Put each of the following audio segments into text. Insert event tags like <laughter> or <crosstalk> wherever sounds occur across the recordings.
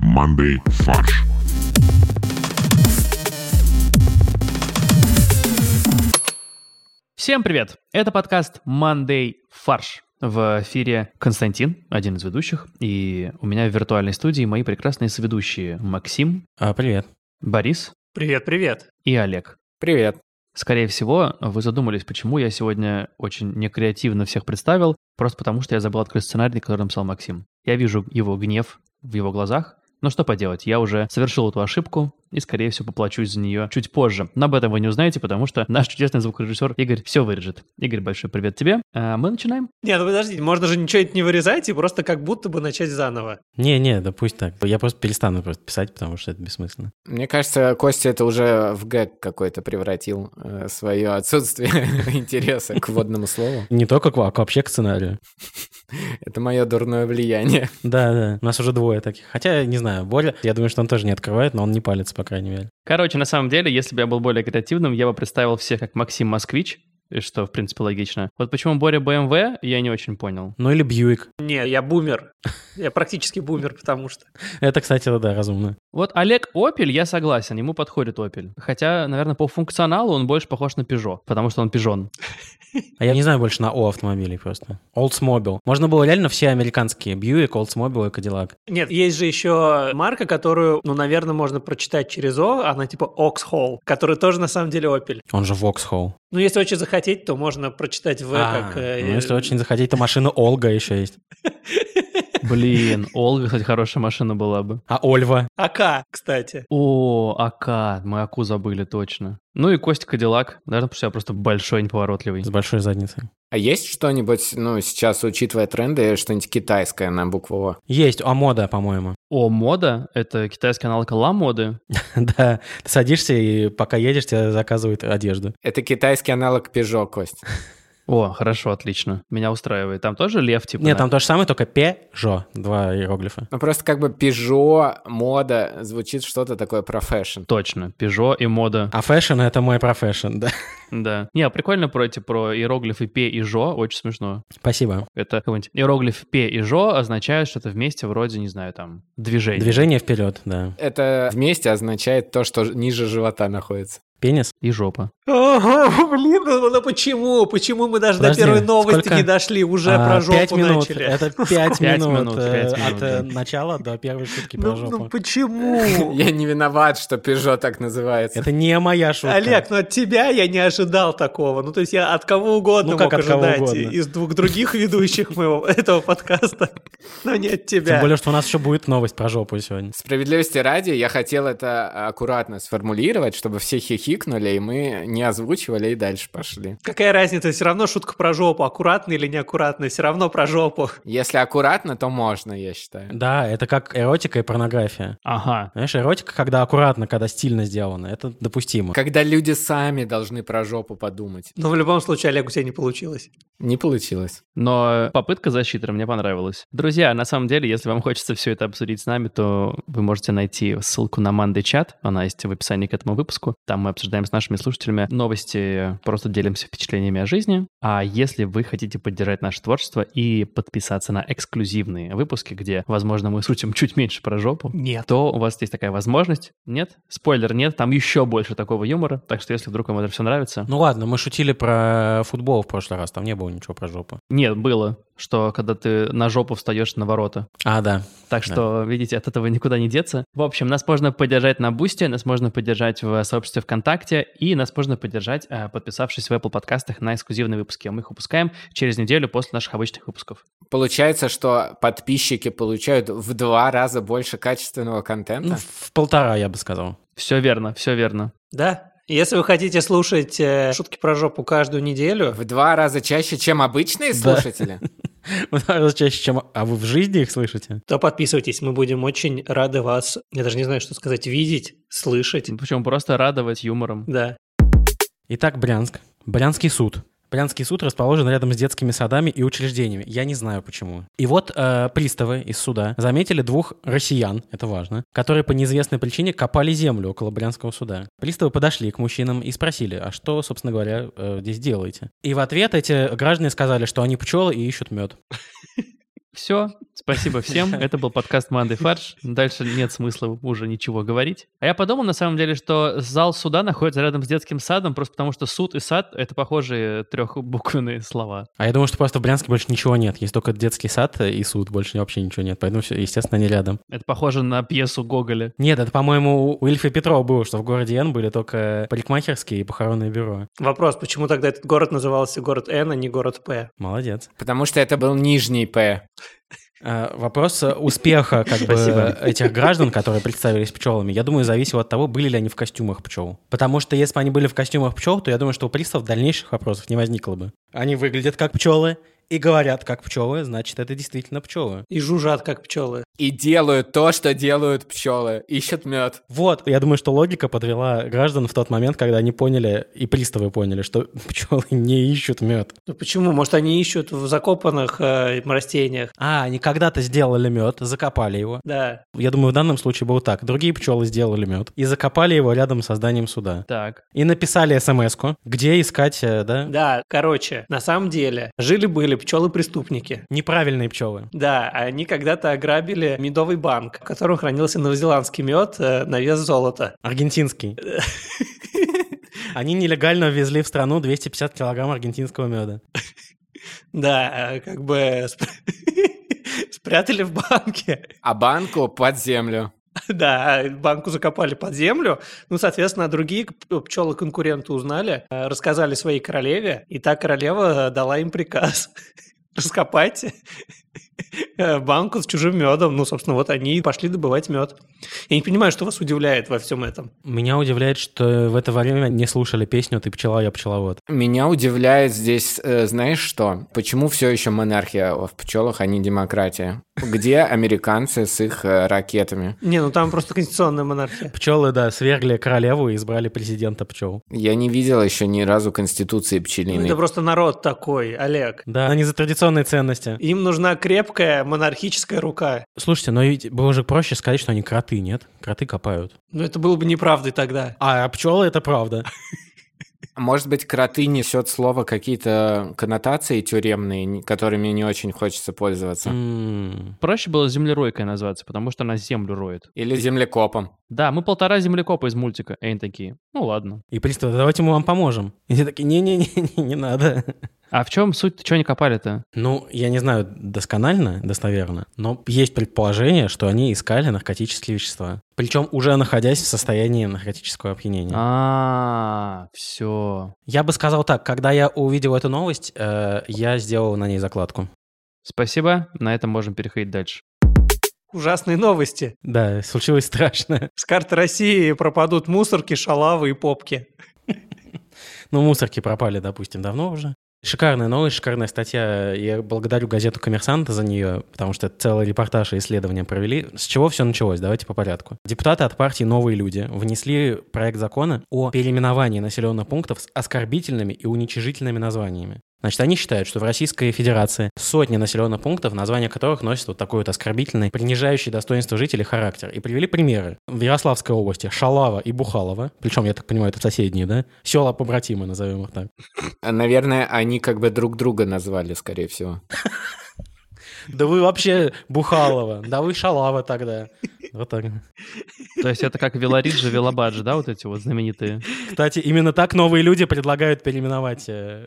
командой «Фарш». Всем привет! Это подкаст Monday Фарш. В эфире Константин, один из ведущих, и у меня в виртуальной студии мои прекрасные соведущие Максим, А, привет. Борис Привет, привет. и Олег. Привет. Скорее всего, вы задумались, почему я сегодня очень некреативно всех представил, просто потому что я забыл открыть сценарий, который написал Максим. Я вижу его гнев в его глазах, но что поделать, я уже совершил эту ошибку и, скорее всего, поплачусь за нее чуть позже. Но об этом вы не узнаете, потому что наш чудесный звукорежиссер Игорь все вырежет. Игорь, большой привет тебе. А мы начинаем. Не, ну подождите, можно же ничего это не вырезать и просто как будто бы начать заново. Не-не, да пусть так. Я просто перестану просто писать, потому что это бессмысленно. Мне кажется, Костя это уже в гэг какой-то превратил свое отсутствие <laughs> интереса к водному слову. Не только к ва- к вообще к сценарию. Это мое дурное влияние. Да-да, у нас уже двое таких. Хотя, не знаю, Боря, я думаю, что он тоже не открывает, но он не палится, по крайней мере. Короче, на самом деле, если бы я был более креативным, я бы представил всех как Максим Москвич, и что, в принципе, логично. Вот почему Боря БМВ, я не очень понял. Ну или Бьюик. Не, я бумер. <laughs> Я практически бумер, потому что... Это, кстати, да, разумно. Вот Олег Опель, я согласен, ему подходит Опель. Хотя, наверное, по функционалу он больше похож на Пежо, потому что он пижон. А я не знаю больше на О автомобилей просто. Oldsmobile. Можно было реально все американские. Бьюик, Oldsmobile и Cadillac. Нет, есть же еще марка, которую, ну, наверное, можно прочитать через О, она типа Oxhall, который тоже на самом деле Opel. Он же Vauxhall. Ну, если очень захотеть, то можно прочитать В А, как... ну э, если очень захотеть, то машина Олга еще есть. Блин, Олга, кстати, хорошая машина была бы. А Ольва? АК, кстати. О, АК, мы АКу забыли точно. Ну и Костя Кадиллак, наверное, потому что я просто большой неповоротливый. С большой задницей. А есть что-нибудь, ну, сейчас, учитывая тренды, что-нибудь китайское на букву О? Есть, Амода, по-моему. <laughs> О, мода, это китайский аналог Ла моды. Да, ты садишься и пока едешь, тебе заказывают одежду. Это китайский аналог Peugeot, Кость. О, хорошо, отлично, меня устраивает. Там тоже лев, типа? Нет, на- там то же самое, только Пежо, два иероглифа. Ну, просто как бы Peugeot, мода, звучит что-то такое про фэшн. Точно, Пежо и мода, А фэшн — это мой профессион, да. да. Не, а прикольно про эти, про иероглифы Пе и Жо, очень смешно. Спасибо. Это какой-нибудь иероглиф Пе и Жо означает что-то вместе вроде, не знаю, там, движение. Движение вперед, да. Это вместе означает то, что ниже живота находится. <laughs> Пенис. И жопа. Ого, блин, ну, ну почему? Почему мы даже Подожди, до первой новости сколько? не дошли? Уже А, про жопу пять минут. начали. <laughs> Это пять Пять минут минут, э, пять от минут, э, да. начала до первой шутки про Ну, ну жопу. <laughs> почему? Я не виноват, что Peugeot так называется. Это не моя шутка. Олег, ну от тебя я не ожидал такого. Ну, то есть я от кого угодно Ну, как мог от кого ожидать угодно. из двух других <laughs> ведущих моего этого подкаста, <laughs> но не от Тем тебя. более, что у нас еще будет новость про жопу сегодня. Справедливости ради, я хотел это а, аккуратно сформулировать, чтобы все хихикнули, и мы не озвучивали и дальше пошли. Какая разница, все равно шутка про жопу, аккуратно или неаккуратно, все равно про жопу. Если аккуратно, то можно, я считаю. Да, это как эротика и порнография. Ага. Знаешь, эротика, когда аккуратно, когда стильно сделано, это допустимо. Когда люди сами должны про жопу подумать. Но в любом случае, Олег, у тебя не получилось. Не получилось. Но попытка защиты мне понравилась. Друзья, на самом деле, если вам хочется все это обсудить с нами, то вы можете найти ссылку на Манды чат. Она есть в описании к этому выпуску. Там мы обсуждаем с нашими слушателями новости, просто делимся впечатлениями о жизни. А если вы хотите поддержать наше творчество и подписаться на эксклюзивные выпуски, где, возможно, мы шутим чуть меньше про жопу, Нет. то у вас есть такая возможность. Нет? Спойлер, нет. Там еще больше такого юмора. Так что, если вдруг вам это все нравится, Ну ладно, мы шутили про футбол в прошлый раз, там не было ничего про жопу. Нет, было, что когда ты на жопу встаешь на ворота. А, да. Так Да. что, видите, от этого никуда не деться. В общем, нас можно поддержать на Бусте, нас можно поддержать в э, сообществе ВКонтакте, и нас можно поддержать, э, подписавшись в Apple подкастах на эксклюзивные выпуски. Мы их выпускаем через неделю после наших обычных выпусков. Получается, что подписчики получают в два раза больше качественного Ну, контента. в полтора, я бы сказал. Все верно, все верно. Да? Если вы хотите слушать э, шутки про жопу каждую неделю, В два раза чаще, чем обычные Да. слушатели. В два раза чаще, чем... А вы в жизни их слышите? то подписывайтесь, мы будем очень рады вас, я даже не знаю, что сказать, видеть, слышать. Причем просто радовать юмором. Да. Итак, Брянск. Брянский суд. Брянский суд расположен рядом с детскими садами и учреждениями. Я не знаю почему. И вот э, приставы из суда заметили двух россиян, это важно, которые по неизвестной причине копали землю около Брянского суда. Приставы подошли к мужчинам и спросили, а что, собственно говоря, э, здесь делаете? И в ответ эти граждане сказали, что они пчелы и ищут мед. Все, спасибо всем. Это был подкаст «Манды фарш». Дальше нет смысла уже ничего говорить. А я подумал, на самом деле, что зал суда находится рядом с детским садом, просто потому что суд и сад — это похожие трехбуквенные слова. А я думаю, что просто в Брянске больше ничего нет. Есть только детский сад и суд, больше вообще ничего нет. Поэтому, всё, естественно, они рядом. Это похоже на пьесу Гоголя. Нет, это, по-моему, у Ильфа и Петрова было, что в городе Н были только парикмахерские и похоронное бюро. Вопрос, почему тогда этот город назывался город Н, а не город П? Молодец. Потому что это был нижний П. А, Вопрос э, успеха как бы, Спасибо. этих граждан, которые представились пчелами, я думаю, зависел от того, были ли они в костюмах пчел. Потому что если бы они были в костюмах пчел, то я думаю, что у приставов дальнейших вопросов не возникло бы. Они выглядят как пчелы и говорят как пчелы, значит, это действительно пчелы. И жужжат, как пчелы. И делают то, что делают пчелы. Ищут мед. Вот, я думаю, что логика подвела граждан в тот момент, когда они поняли, и приставы поняли, что <laughs> пчелы не ищут мед. Ну почему? Может, они ищут в закопанных э, растениях? А, они когда-то сделали мед, закопали его. Да. Я думаю, в данном случае было так. Другие пчелы сделали мед и закопали его рядом с зданием суда. Так, И написали смс где искать, э, да? Да, короче, на самом деле, жили-были пчелы-преступники. Неправильные пчелы. Да, они когда-то ограбили медовый банк, в котором хранился новозеландский мед э, на вес золота. Аргентинский. <laughs> Они нелегально ввезли в страну 250 килограмм аргентинского меда. Да, э, как бы <laughs> сп- спрятали в банке. А банку под землю. <laughs> Да, э, банку закопали под землю. Ну, соответственно, другие п- пчелы-конкуренты узнали, э, рассказали своей королеве, и та королева э, дала им приказ <laughs> раскопать <laughs> э, банку с чужим медом. Ну, собственно, вот они и пошли добывать мед. Я не понимаю, что вас удивляет во всем этом. Меня удивляет, что в это время не слушали песню «Ты пчела, я пчеловод». Меня удивляет здесь, э, знаешь что? Почему все еще монархия в пчелах, а не демократия? Где американцы с их э, ракетами? Не, ну там просто конституционная монархия. Пчелы, да, свергли королеву и избрали президента пчел. Я не видел еще ни разу конституции Ну, пчелиной. это просто народ такой, Олег. Да, они за традиционные ценности. Им нужна крепкая монархическая рука. Слушайте, но ведь было же проще сказать, что они кроты, нет? Кроты копают. Но Ну, это было бы неправдой тогда. А пчелы — это правда. Может быть, кроты несет слово какие-то коннотации тюремные, н- которыми не очень хочется пользоваться. М. проще было землеройкой назваться, потому что она землю роет. Или землекопом. Да, мы полтора землекопа из мультика, и они такие, ну ладно. И приставы, давайте мы вам поможем. И все такие, не-не-не, не надо. А в чем суть, что они копали-то? Ну, я не знаю досконально, достоверно, но есть предположение, что они искали наркотические вещества. Причем уже находясь в состоянии наркотического опьянения. А, все. Я бы сказал так, когда я увидел эту новость, э, я сделал на ней закладку. Спасибо, на этом можем переходить дальше. Ужасные новости. Да, случилось страшное. С карты России пропадут мусорки, шалавы и попки. Ну, мусорки пропали, допустим, давно уже. Шикарная новость, шикарная статья. Я благодарю газету «Коммерсант» за нее, потому что целый репортаж и исследования провели. С чего все началось? Давайте по порядку. Депутаты от партии «Новые люди» внесли проект закона о переименовании населенных пунктов с оскорбительными и уничижительными названиями. Значит, они считают, что в Российской Федерации сотни населенных пунктов, названия которых носят вот такой вот оскорбительный, принижающий достоинство жителей характер. И привели примеры. В Ярославской области Шалава и Бухалова, причем, я так понимаю, это соседние, да? Села побратимы, назовем их так. А, Наверное, они как бы друг друга назвали, скорее всего. Да вы вообще Бухалова, да вы Шалава тогда. Вот так. То есть это как Велариджи, Велабаджи, да, вот эти вот знаменитые? Кстати, именно так новые люди предлагают переименовать. э,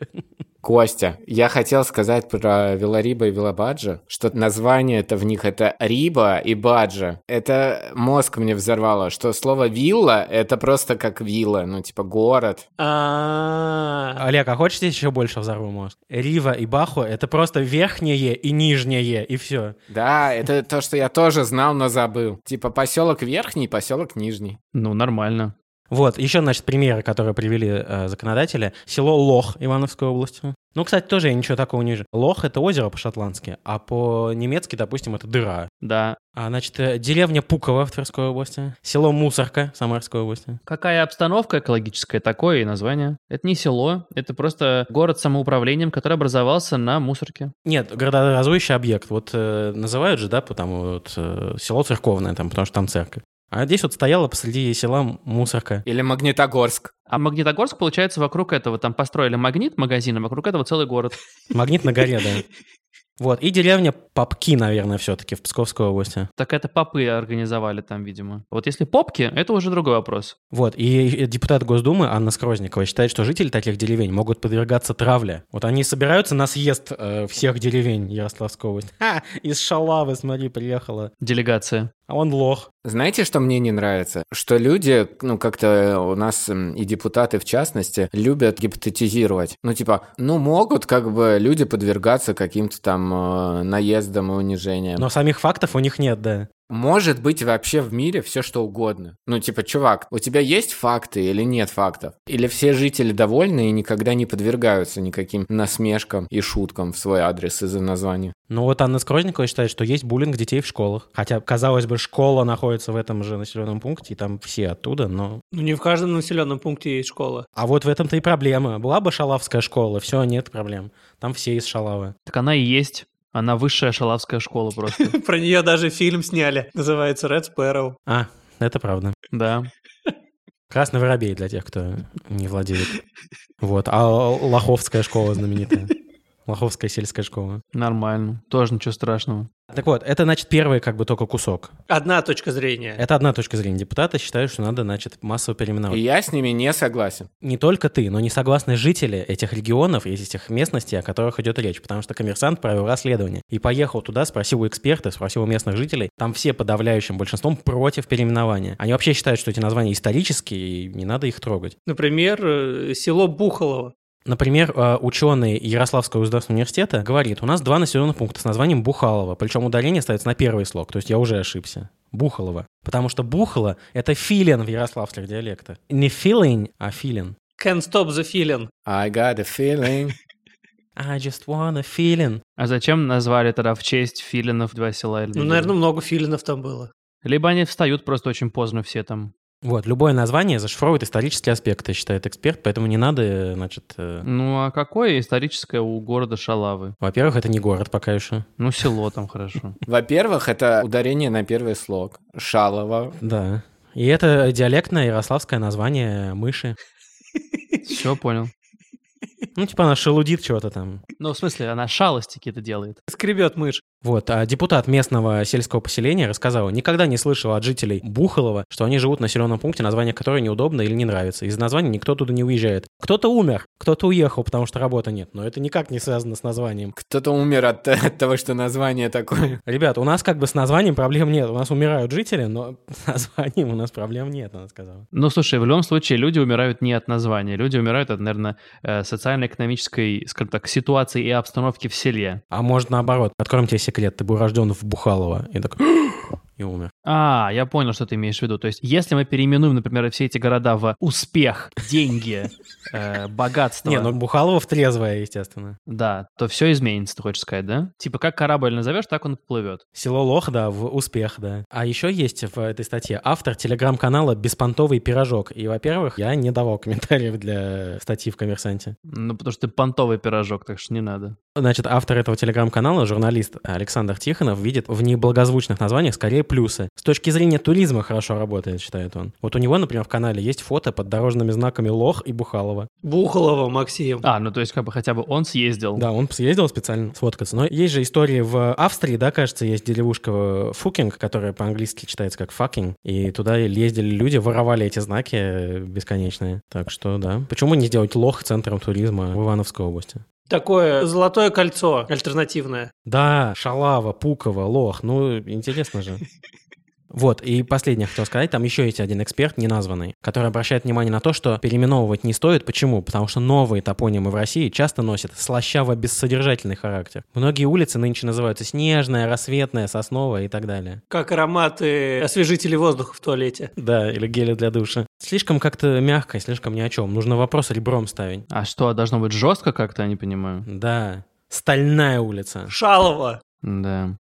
Костя, я хотел сказать про Велариба и Велабаджа, что название это в них это Риба и Баджа. Это мозг мне взорвало, что слово вилла это просто как вилла, ну типа город. А, Олег, а хочешь я еще больше взорву мозг? Рива и Бахо — это просто верхнее и нижнее, и все. Да, это то, что я тоже знал, но забыл. Типа поселок верхний, поселок нижний. Ну, нормально. Вот, еще, значит, примеры, которые привели э, законодатели. Село Лох Ивановской области. Ну, кстати, тоже я ничего такого не вижу. Лох — это озеро по-шотландски, а по-немецки, допустим, это дыра. Да. А, значит, э, деревня Пукова в Тверской области. Село Мусорка в Самарской области. Какая обстановка экологическая, такое и название. Это не село, это просто город с самоуправлением, который образовался на мусорке. Нет, городообразующий объект. Вот э, называют же, да, потому вот э, село церковное там, потому что там церковь. А здесь вот стояла посреди села мусорка. Или Магнитогорск. А Магнитогорск, получается, вокруг этого там построили магнит магазин, а вокруг этого целый город. Магнит на горе, да. Вот, и деревня Попки, наверное, все-таки в Псковской области. Так это попы организовали там, видимо. Вот если попки, это уже другой вопрос. Вот, и депутат Госдумы Анна Скрозникова считает, что жители таких деревень могут подвергаться травле. Вот они собираются на съезд э, всех деревень Ярославской области. Ха, из Шалавы, смотри, приехала. Делегация. А он лох. Знаете, что мне не нравится? Что люди, ну, как-то у нас м, и депутаты в частности, любят гипотетизировать. Ну, типа, ну, могут как бы люди подвергаться каким-то там э, наездам и унижениям. Но самих фактов у них нет, да. Может быть вообще в мире все что угодно. Ну, типа, чувак, у тебя есть факты или нет фактов? Или все жители довольны и никогда не подвергаются никаким насмешкам и шуткам в свой адрес из-за названия? Ну вот Анна Скрозникова считает, что есть буллинг детей в школах. Хотя, казалось бы, школа находится в этом же населенном пункте, и там все оттуда, но... Ну, не в каждом населенном пункте есть школа. А вот в этом-то и проблема. Была бы шалавская школа, все, нет проблем. Там все из шалавы. Так она и есть. Она высшая шалавская школа <laughs> просто. <laughs> Про нее даже фильм сняли. Называется Red Sparrow. А, это правда. Да. Красный воробей для тех, кто не владеет. Вот. А Лоховская школа знаменитая. Лоховская сельская школа. Нормально. Тоже ничего страшного. Так вот, это, значит, первый как бы только кусок. Одна точка зрения. Это одна точка зрения депутата. Считаю, что надо, значит, массово И переименовать. я с ними не согласен. не только ты, но не согласны жители этих регионов и этих местностей, о которых идет речь, потому что коммерсант провел расследование и поехал туда, спросил у экспертов, спросил у местных жителей, там все подавляющим большинством против переименования. Они вообще считают, что эти названия исторические и не надо их трогать. Например, э, село Бухолово. Например, э, ученый Ярославского государственного университета говорит, у нас два населенных пункта с названием Бухалово, причем ударение ставится на первый слог, то есть я уже ошибся. Бухалово. Потому что Бухало — это филин в ярославских диалектах. Не филин, а филин. Can't stop the feeling. I got a feeling. I just wanna feeling. А зачем назвали тогда в честь филинов два села? или Ну, две наверное, деревни? много филинов там было. Либо они встают просто очень поздно все там. Вот, любое название зашифровывает исторические аспекты, считает эксперт, поэтому не надо, э, значит... э, Ну, а какое историческое у города Шалавы? Во-первых, это не город пока еще. Ну, село там <laughs> хорошо. Во-первых, это ударение на первый слог. Шалова. Да. И это диалектное ярославское название мыши. Все понял. Ну, типа она шелудит чего-то там. Ну, в смысле, она шалости какие-то делает. Скребет мышь. Вот, а депутат местного сельского поселения рассказал, никогда не слышал от жителей Бухалова, что они живут в населенном пункте, название которое неудобно или не нравится. Из названия никто туда не уезжает. Кто-то умер, кто-то уехал, потому что работы нет, но это никак не связано с названием. Кто-то умер от, <laughs> от того, что название такое. Ребят, у нас как бы с названием проблем нет. У нас умирают жители, но с названием у нас проблем нет, она сказала. Ну, слушай, в любом случае люди умирают не от названия. Люди умирают от, наверное, э, социально-экономической, скажем так, ситуации и обстановки в селе. А может наоборот, откроем тебе секрет, ты был рожден в Бухалово. И такой... <clears throat> И умер. А, я понял, что ты имеешь в виду. То есть, если мы переименуем, например, все эти города в успех, деньги, <laughs> э, богатство, Не, ну Бухалово в трезвое, естественно. да, то все изменится, ты хочешь сказать, да? Типа, как корабль назовешь, так он плывет. Село Лох, да, в успех, да. А еще есть в этой статье автор телеграм-канала «Беспонтовый пирожок». И, во-первых, я не давал комментариев для статьи в «Коммерсанте». Ну, потому что ты понтовый пирожок, так что не надо. Значит, автор этого телеграм-канала, журналист Александр Тихонов, видит в неблагозвучных названиях скорее плюсы. С точки зрения туризма хорошо работает, считает он. Вот у него, например, в канале есть фото под дорожными знаками Лох и Бухалова. Бухолово, Максим. А, ну то есть как бы хотя бы он съездил. Да, он съездил специально сфоткаться. Но есть же истории в Австрии, да, кажется, есть деревушка э, Фукинг, которая по-английски читается как факинг. И туда ездили люди, воровали эти знаки э, бесконечные. Так что, да. Почему не сделать Лох центром туризма в Ивановской области? Такое золотое кольцо альтернативное. Да, Шалава, Пукова, Лох. Ну, интересно же. Вот, и последнее хотел сказать, там еще есть один эксперт, неназванный, который обращает внимание на то, что переименовывать не стоит. Почему? Потому что новые топонимы в России часто носят слащаво-бессодержательный характер. Многие улицы нынче называются Снежная, Рассветная, Сосновая и так далее. Как ароматы освежителей воздуха в туалете. Да, или гели для душа. Слишком как-то мягко, слишком ни о чем. Нужно вопрос ребром ставить. А что, должно быть жестко как-то, я не понимаю. Да, Стальная улица. Шалово. Да.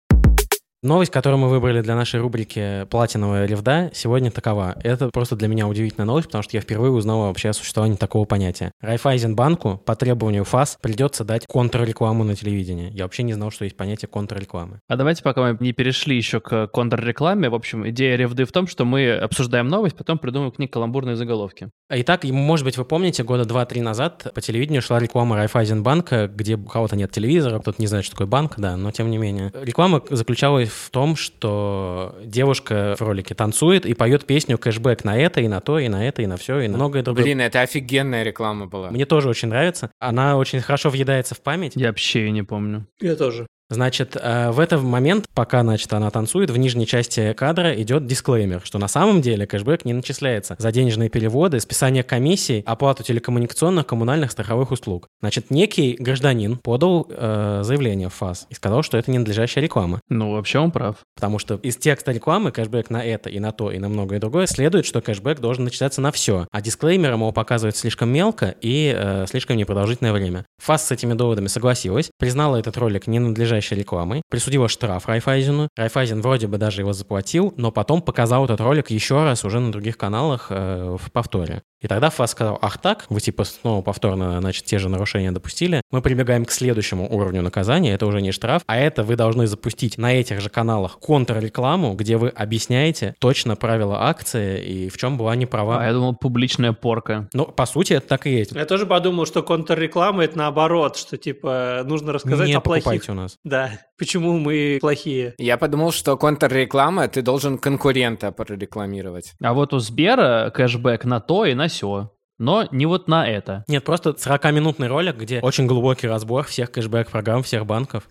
Новость, которую мы выбрали для нашей рубрики «Платиновая ревда», сегодня такова. Это просто для меня удивительная новость, потому что я впервые узнал вообще о существовании такого понятия. Райфайзенбанку по требованию ФАС придется дать контррекламу на телевидении. Я вообще не знал, что есть понятие контррекламы. А давайте, пока мы не перешли еще к контррекламе, в общем, идея ревды в том, что мы обсуждаем новость, потом придумываем к ней каламбурные заголовки. Итак, и, может быть, вы помните, года 2-3 назад по телевидению шла реклама Райфайзенбанка, где у кого-то нет телевизора, кто-то не знает, что такое банк, да, но тем не менее. Реклама заключалась в том, что девушка в ролике танцует и поет песню кэшбэк на это, и на то, и на это, и на все, и на многое другое. Блин, это офигенная реклама была. Ну, Мне тоже очень нравится. Она очень хорошо въедается в память. Я вообще ее не помню. Я тоже. Значит, э, в этот момент, пока, значит, она танцует, в нижней части кадра идет дисклеймер, что на самом деле кэшбэк не начисляется за денежные переводы, списание комиссий, оплату телекоммуникационных, коммунальных, страховых услуг. Значит, некий гражданин подал э, заявление в ФАС и сказал, что это ненадлежащая реклама, Ну, вообще он прав. потому что из текста рекламы кэшбэк на это и на то и на многое другое следует, что кэшбэк должен начисляться на все, а дисклеймером его показывают слишком мелко и э, слишком непродолжительное время. ФАС с этими доводами согласилась, признала этот ролик ненадлежащей рекламой, присудила штраф Райфайзену. Райфайзен вроде бы даже его заплатил, но потом показал этот ролик еще раз уже на других каналах э, в повторе. И тогда ФАС сказал, ах так, вы типа снова повторно, значит, те же нарушения допустили, мы прибегаем к следующему уровню наказания, это уже не штраф, а это вы должны запустить на этих же каналах контррекламу, где вы объясняете точно правила акции и в чем была неправа. А я думал, публичная порка. Ну, по сути, это так и есть. Я тоже подумал, что контрреклама это наоборот, что типа нужно рассказать не а о плохих. покупайте у нас. Да. Почему мы плохие? Я подумал, что контрреклама, ты должен конкурента прорекламировать. А вот у Сбера кэшбэк на то и на сё. Но не вот на это. Нет, просто 40-минутный ролик, где очень глубокий разбор всех кэшбэк-программ, всех банков.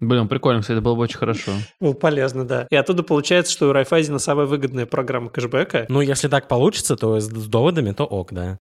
Блин, прикольно, кстати, было бы очень хорошо. Было полезно, да. И оттуда получается, что у Райфайзена самая выгодная программа кэшбэка. Ну, если так получится, то с, с доводами, то ок, да.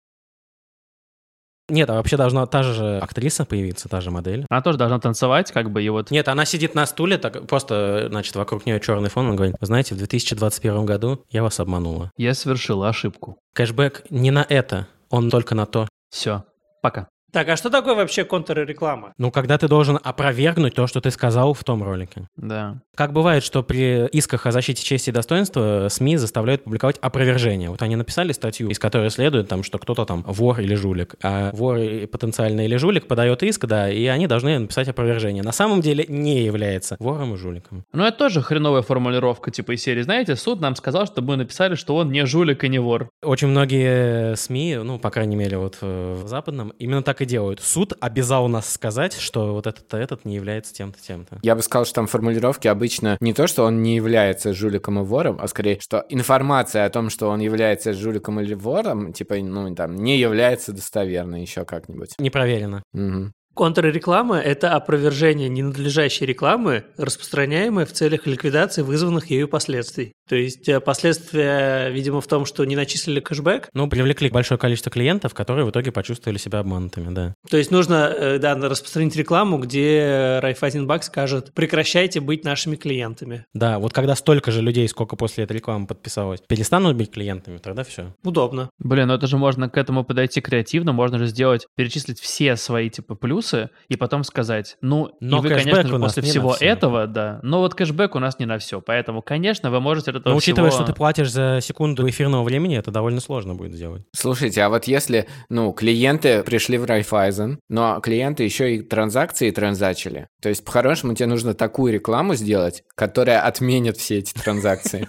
Нет, а вообще должна та же актриса появиться, та же модель. Она тоже должна танцевать, как бы, и вот... Нет, она сидит на стуле, так просто, значит, вокруг нее черный фон, он говорит, вы знаете, в 2021 году я вас обманула. Я совершила ошибку. Кэшбэк не на это, он только на то. Все, пока. Так, а что такое вообще контрреклама? Ну, когда ты должен опровергнуть то, что ты сказал в том ролике. Да. Как бывает, что при исках о защите чести и достоинства СМИ заставляют публиковать опровержение. Вот они написали статью, из которой следует, там, что кто-то там вор или жулик. А вор и потенциальный или жулик подает иск, да, и они должны написать опровержение. На самом деле не является вором и жуликом. Ну, это тоже хреновая формулировка, типа, из серии, знаете, суд нам сказал, чтобы мы написали, что он не жулик и не вор. Очень многие СМИ, ну, по крайней мере, вот э, в западном, именно так и делают. Суд обязал нас сказать, что вот этот-то этот не является тем-то, тем-то. Я бы сказал, что там формулировки обычно не то, что он не является жуликом и вором, а скорее, что информация о том, что он является жуликом или вором, типа, ну, там, не является достоверной еще как-нибудь. Не проверено. Мгм. Контрреклама – это опровержение ненадлежащей рекламы, распространяемой в целях ликвидации вызванных ею последствий. То есть э, последствия, видимо, в том, что не начислили кэшбэк. Ну, привлекли большое количество клиентов, которые в итоге почувствовали себя обманутыми, да. То есть нужно э, да, распространить рекламу, где Райфайзенбак скажет «прекращайте быть нашими клиентами». Да, вот когда столько же людей, сколько после этой рекламы подписалось, перестанут быть клиентами, тогда все. Удобно. Блин, ну это же можно к этому подойти креативно, можно же сделать, перечислить все свои, типа, плюсы, и потом сказать, ну, Но и вы, кэшбэк конечно же, у нас после не на всего всё. этого, да, но вот кэшбэк у нас не на все, поэтому, конечно, вы можете от этого Но учитывая, всего- что ты платишь за секунду эфирного времени, это довольно сложно будет сделать. Слушайте, а вот если, ну, клиенты пришли в Райфайзен, но клиенты еще и транзакции транзачили, то есть по-хорошему тебе нужно такую рекламу сделать, которая отменит все эти транзакции.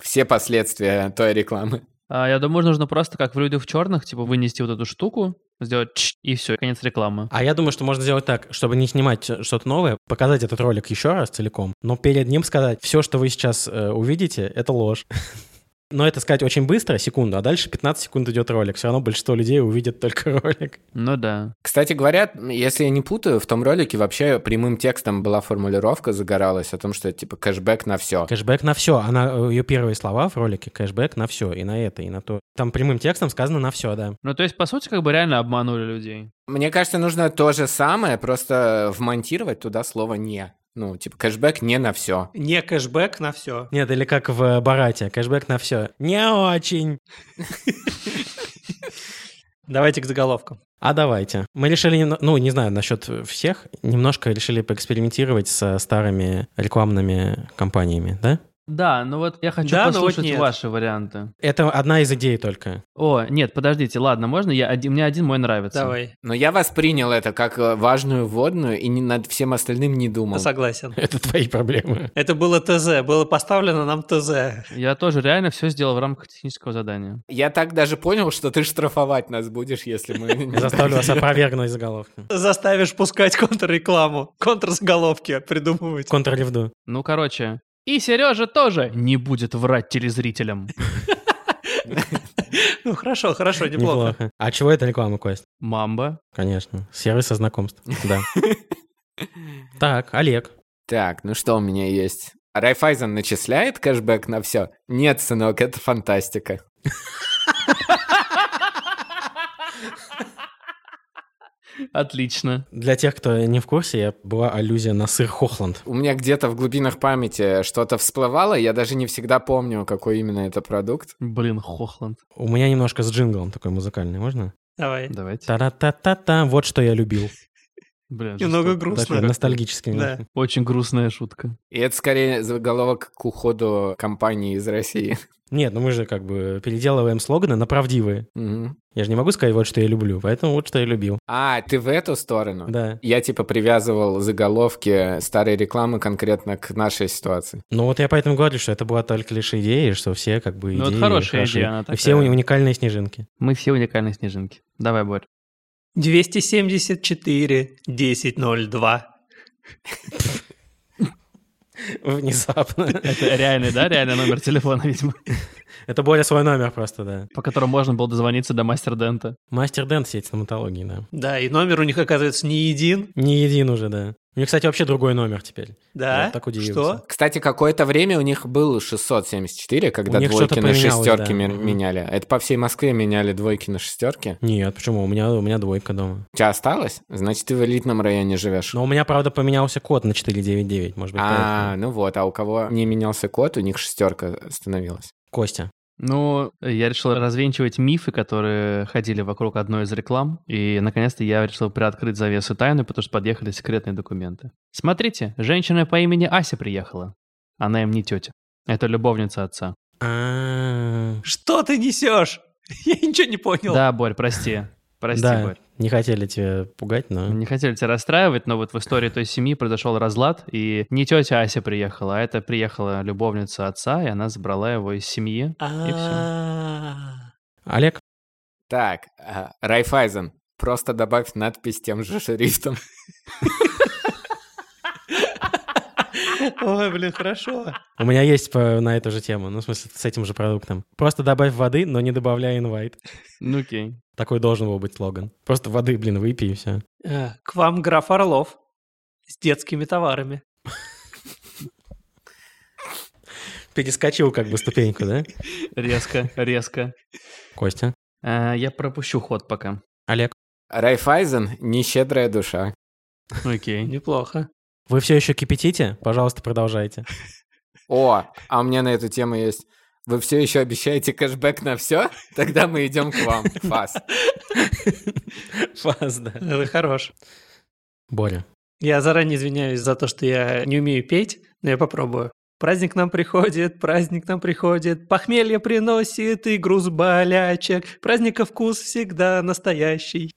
Все последствия той рекламы. А, я думаю, нужно просто, как в «Людях в черных», типа, вынести вот эту штуку, сделать «чш», и все, конец рекламы. А я думаю, что можно сделать так, чтобы не снимать э, что-то новое, показать этот ролик еще раз целиком, но перед ним сказать, все, что вы сейчас э, увидите, это ложь. <laughs> Но это сказать очень быстро, секунду, а дальше 15 секунд идет ролик. Все равно большинство людей увидит только <laughs> ролик. Ну да. Кстати говоря, если я не путаю, в том ролике вообще прямым текстом была формулировка, загоралась о том, что это типа кэшбэк на все. Кэшбэк на все. Она, ее первые слова в ролике кэшбэк на все, и на это, и на то. Там прямым текстом сказано на все, да. Ну, то есть, по сути, как бы реально обманули людей. Мне кажется, нужно то же самое, просто вмонтировать туда слово «не». Ну, типа кэшбэк не на все. Не кэшбэк на все. Нет, или как в э, Барате, кэшбэк на все. Не очень. Давайте к заголовкам. А давайте. Мы решили, немно- ну, не знаю, насчет всех, немножко решили поэкспериментировать со старыми рекламными компаниями, да? Да, ну вот я хочу Да, но вот послушать нет. ваши варианты. Это одна из идей только. О, нет, подождите, ладно, можно? Я, один- мне один мой нравится. Давай. Но я воспринял это как э, важную вводную и не, над всем остальным не думал. Согласен. <laughs> Это твои проблемы. Это было ТЗ, было поставлено нам ТЗ. Я тоже реально все сделал в рамках технического задания. Я так даже понял, что ты штрафовать нас будешь, <laughs> если мы... не Я заставлю вас опровергнуть заголовки. Заставишь пускать контррекламу, контрзаголовки придумывать. Контрревду. Ну, короче. И Сережа тоже не будет врать телезрителям. Ну хорошо, хорошо, неплохо. Неплохо. А чего это реклама, Кость? Мамба. Конечно. Сервиса знакомств. <laughs> Да. Так, Олег. <laughs> Так, ну что у меня есть? Райфайзен начисляет кэшбэк на все? Нет, сынок, это фантастика. Отлично. Для тех, кто не в курсе, я- была аллюзия на сыр Хохланд. У меня где-то в глубинах памяти что-то всплывало, я даже не всегда помню, какой именно это продукт. Блин, Хохланд. У меня немножко с джинглом такой музыкальный, можно? Давай. Давайте. Та-та-та-та, вот что я любил. Блин, Немного жестоко. грустно. Такой Даже ностальгический. Да. немножко. Очень грустная шутка. И это скорее заголовок к уходу компании из России. <laughs> Нет, ну мы же как бы переделываем слоганы на правдивые. Мгм. Я же не могу сказать, вот что я люблю, поэтому вот что я любил. А, ты в эту сторону? Да. Я типа привязывал заголовки старой рекламы конкретно к нашей ситуации. Ну вот я поэтому говорю, что это была только лишь идея, и что все как бы идеи Ну, это хорошая хороши. идея, она И все такая. уни- уникальные снежинки. <laughs> Мы все уникальные снежинки. Давай, Борь. 274 1002. Внезапно. <laughs> Это реальный, да? Реальный номер телефона, видимо. Это более свой номер просто, да. По которому можно было дозвониться до мастер Дента. Мастер Дент сеть стоматологии, да. Да, и номер у них оказывается не един. Не един уже, да. У них, кстати, вообще другой номер теперь. Да. Я так удивился. Что? Кстати, какое-то время у них было 674, когда У них двойки что-то на поменялось, да. шестерки ми- Мгм. меняли. Это по всей Москве меняли двойки на шестерки. Нет, почему? У меня, у меня двойка дома. У тебя осталось? Значит, ты в элитном районе живешь. Но у меня, правда, поменялся код на 499, может быть, а, поэтому. ну вот, а у кого не менялся код, у них шестерка становилась. Костя. Ну, я решил развенчивать мифы, которые ходили вокруг одной из реклам, и, наконец-то, я решил приоткрыть завесу тайны, потому что подъехали секретные документы. Смотрите, женщина по имени Ася приехала. Она им не тетя. Это любовница отца. А, Что ты несешь? <laughs> Я ничего не понял. Да, Борь, прости. Прости, да, Борь. не хотели тебя пугать, но... Не хотели тебя расстраивать, но вот в истории той семьи произошел разлад, и не тетя Ася приехала, а это приехала любовница отца, и она забрала его из семьи. А. Олег, Так, а, Райфайзен, просто добавь надпись тем же шрифтом. <laughs> <laughs> Ой, блин, хорошо. у меня есть по- на эту же тему, ну, в смысле, с этим же продуктом. Просто добавь воды, но не добавляй инвайт. Ну окей. Такой должен был быть слоган. Просто воды, блин, выпей и все. Э, К вам граф Орлов с детскими товарами. Перескочил как бы ступеньку, <laughs> да? Резко, резко. Костя, А, я пропущу ход пока. Олег. Райфайзен, нещедрая душа. Окей. Неплохо. <laughs> Вы все еще кипятите? Пожалуйста, продолжайте. О, а у меня на эту тему есть. Вы все еще обещаете кэшбэк на все? Тогда мы идем к вам. Фас. <laughs> Фас, да. Это хорош. Боря. Я заранее извиняюсь за то, что я не умею петь, но я попробую. Праздник к нам приходит, праздник к нам приходит, похмелье приносит и груз болячек. Праздника вкус всегда настоящий.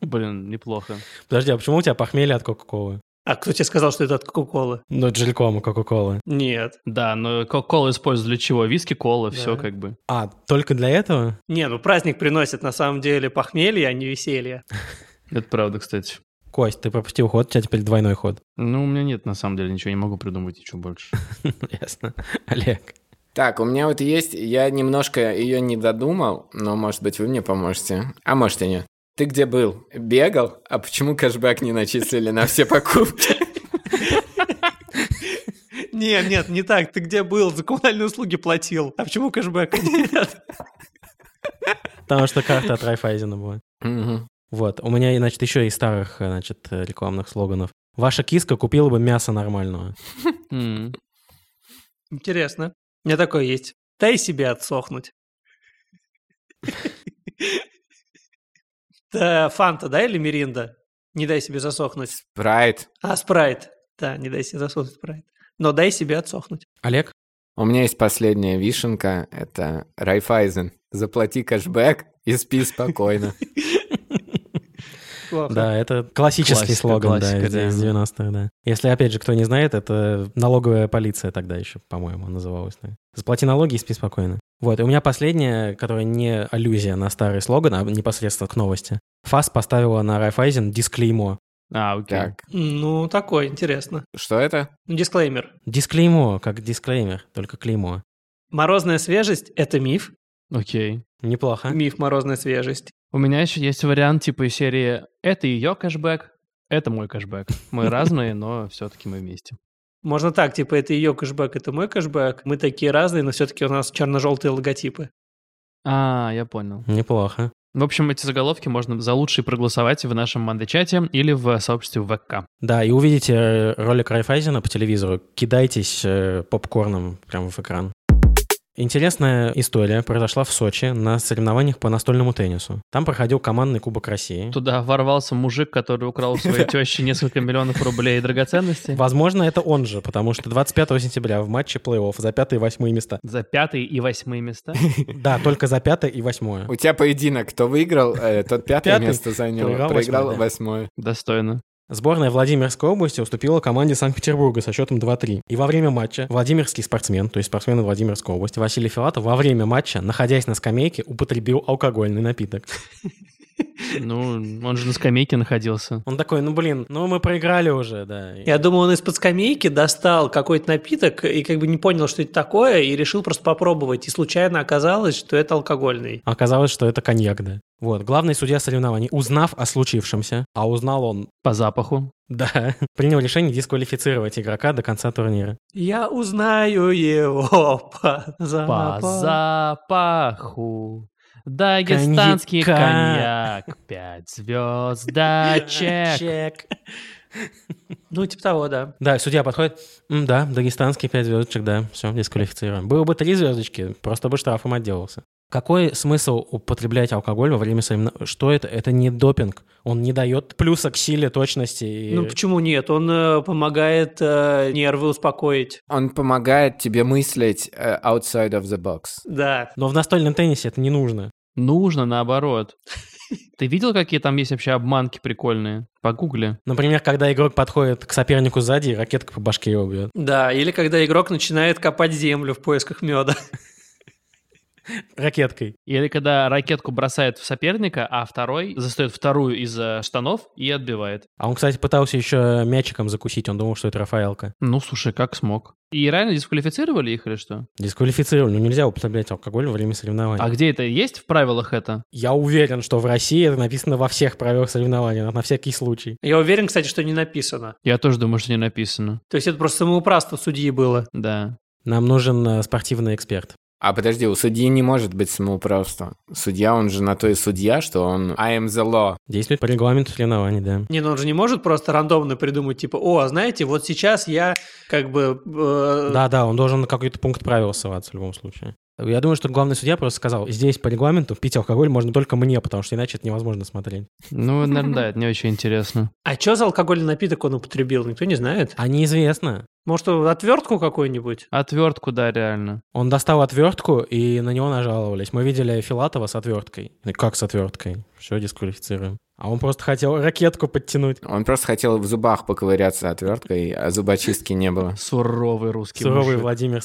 Блин, неплохо. Подожди, а почему у тебя похмелье от Кока-Колы? А кто тебе сказал, что это от Кока-Колы? Ну, от Жилькома Кока-Колы. Нет. Да, но кока-колу используют для чего? Виски, кола, все Да. как бы. А, только для этого? Не, ну праздник приносит на самом деле похмелье, а не веселье. <laughs> Это правда, кстати. Кость, ты пропустил ход, у тебя теперь двойной ход. <laughs> Ну, у меня нет, на самом деле, ничего, не могу придумать ничего больше. Ясно. Олег. Так, у меня вот есть, я немножко ее не додумал, но, может быть, вы мне поможете. А может и нет. Ты где был? Бегал? А почему кэшбэк не начислили на все покупки? Нет, нет, не так. Ты где был? За коммунальные услуги платил. А почему кэшбэк? <laughs> Нет. Потому что карта от Райфайзена была. Мгм. Вот, у меня, значит, еще и старых, э, значит, э, рекламных слоганов. Ваша киска купила бы мясо нормального. М. Интересно. У меня такое есть. Дай себе отсохнуть. Это фанта, да, или миринда? Не дай себе засохнуть. Прайд. А, спрайт. Да, не дай себе засохнуть, спрайт. Но дай себе отсохнуть. Олег? У меня есть последняя вишенка, это Райфайзен. Заплати кэшбэк и <laughs> спи спокойно. Плохо. Да, это классический Классика, слоган, да, классика, из да. из 90-х, да. Если, опять же, кто не знает, это налоговая полиция тогда еще, по-моему, называлась. да. Заплати налоги и спи спокойно. Вот, и у меня последняя, которая не аллюзия на старый слоган, а непосредственно к новости. ФАС поставила на Райфайзен дисклеймо. А, окей. Так, Ну, такое, интересно. что это? Ну, Дисклеймер. Дисклеймо, как дисклеймер, только клеймо. Морозная свежесть – это миф. Окей. Неплохо. Миф морозная свежесть. У меня еще есть вариант типа из серии «Это ее кэшбэк, это мой кэшбэк». Мы разные, но все-таки мы вместе. Можно так, типа, это ее кэшбэк, это мой кэшбэк. Мы такие разные, но все-таки у нас черно-желтые логотипы. А, я понял. Неплохо. В общем, эти заголовки можно за лучшие проголосовать в нашем мандачате или в сообществе ВК. Да, и увидите э, ролик Райфайзена по телевизору. Кидайтесь э, попкорном прямо в экран. Интересная история произошла в Сочи на соревнованиях по настольному теннису. Там проходил командный Кубок России. Туда ворвался мужик, который украл у своей тещи несколько миллионов рублей драгоценностей. Возможно, это он же, потому что 25 сентября в матче плей-офф за пятые и восьмые места. За пятые и восьмые <laughs> места. Да, только за пятое и восьмое. У тебя поединок, кто выиграл, э, тот пятое Пятый. место занял, Проиграл проиграл восьмой, да. восьмое. Достойно. Сборная Владимирской области уступила команде Санкт-Петербурга со счетом 2-3. И во время матча владимирский спортсмен, то есть спортсмен из Владимирской области, Василий Филатов, во время матча, находясь на скамейке, употребил алкогольный напиток. Ну, он же на скамейке находился. Он такой, ну блин, ну мы проиграли уже, да. И- Я думаю, он из-под скамейки достал какой-то напиток и как бы не понял, что это такое, и решил просто попробовать. И случайно оказалось, что это алкогольный. Оказалось, что это коньяк, да. Вот, главный судья соревнований, узнав о случившемся, а узнал он, <laughs> По запаху. да, принял решение дисквалифицировать игрока до конца турнира. Я узнаю его по По запаху. запаху. Дагестанский Коньяка. коньяк. Пять звездочек. Чек. Ну, типа того, да. Да, судья подходит, «М, да, дагестанский 5 звездочек, да, все, дисквалифицируем. Было бы 3 звездочки, просто бы штрафом отделался. Какой смысл употреблять алкоголь во время соревнований? Что это? Это не допинг. Он не дает плюса к силе, точности. и- Ну, почему нет? Он э, помогает э, нервы успокоить. Он помогает тебе мыслить э, outside of the box. Да. Но в настольном теннисе это не нужно. Нужно наоборот. Ты видел, какие там есть вообще обманки прикольные? Погугли. Например, когда игрок подходит к сопернику сзади и ракетка по башке его бьет. Да, или когда игрок начинает копать землю в поисках меда. Ракеткой. Или когда ракетку бросает в соперника, а второй застает вторую из э, штанов и отбивает. А он, кстати, пытался еще мячиком закусить, он думал, что это Рафаэлка. Ну, слушай, как смог. И реально дисквалифицировали их или что? Дисквалифицировали, ну нельзя употреблять алкоголь во время соревнований. А где это есть в правилах это? Я уверен, что в России это написано во всех правилах соревнований, на- на всякий случай. Я уверен, кстати, что не написано. Я тоже думаю, что не написано. То есть это просто самоуправство судьи было. Да. Нам нужен э, спортивный эксперт. А подожди, у судьи не может быть самоуправства. Судья, он же на то и судья, что он I am the law. Действует по регламенту соревнований, да. Не, ну он же не может просто рандомно придумать, типа, о, а знаете, вот сейчас я как бы... э, Да-да, он должен на какой-то пункт правил ссылаться в любом случае. Я думаю, что главный судья просто сказал, здесь по регламенту пить алкоголь можно только мне, потому что иначе это невозможно смотреть. Ну, наверное, да, это не очень интересно. А что за алкогольный напиток он употребил, никто не знает. А неизвестно. Может, он отвертку какую-нибудь? Отвертку, да, реально. Он достал отвертку, и на него нажаловались. Мы видели Филатова с отверткой. Ну, Как с отверткой? Все, дисквалифицируем. А он просто хотел ракетку подтянуть. Он просто хотел в зубах поковыряться отверткой, а зубочистки не было. Суровый русский Суровые мужик.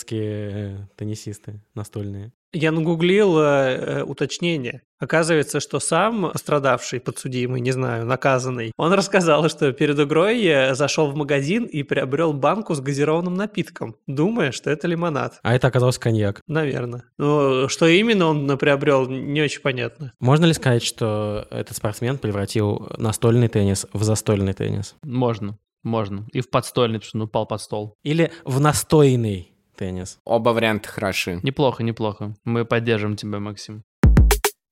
владимирские э, теннисисты настольные. Я нагуглил э, э, уточнение. Оказывается, что сам пострадавший, подсудимый, не знаю, наказанный, он рассказал, что перед игрой э, зашел в магазин и приобрел банку с газированным напитком, думая, что это лимонад. А это оказался коньяк. Наверное. Но что именно он приобрел, не очень понятно. Можно ли сказать, что этот спортсмен превратил настольный теннис в застольный теннис? Можно, можно. И в подстольный, потому что он упал под стол. Или в настойный теннис? Оба варианта хороши. Неплохо, неплохо. Мы поддержим тебя, Максим.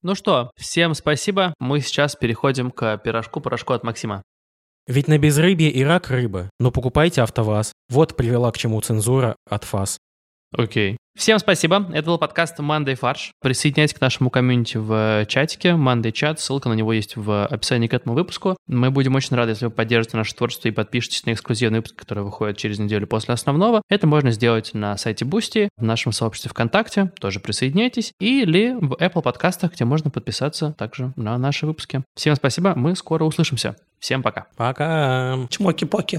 Ну что, всем спасибо. Мы сейчас переходим к пирожку-порошку от Максима. Ведь на безрыбье и рак рыба, но покупайте АвтоВАЗ. Вот привела к чему цензура от ФАС. Окей. Всем спасибо. Это был подкаст Monday Фарш. Присоединяйтесь к нашему комьюнити в э, чатике Monday Chat. Ссылка на него есть в э, описании к этому выпуску. Мы будем очень рады, если вы поддержите наше творчество и подпишетесь на эксклюзивный выпуск, который выходит через неделю после основного. Это можно сделать на сайте Boosty, в нашем сообществе ВКонтакте. Тоже присоединяйтесь. Или в Apple подкастах, где можно подписаться также на наши выпуски. Всем спасибо. Мы скоро услышимся. Всем пока. Пока. Чмоки-поки.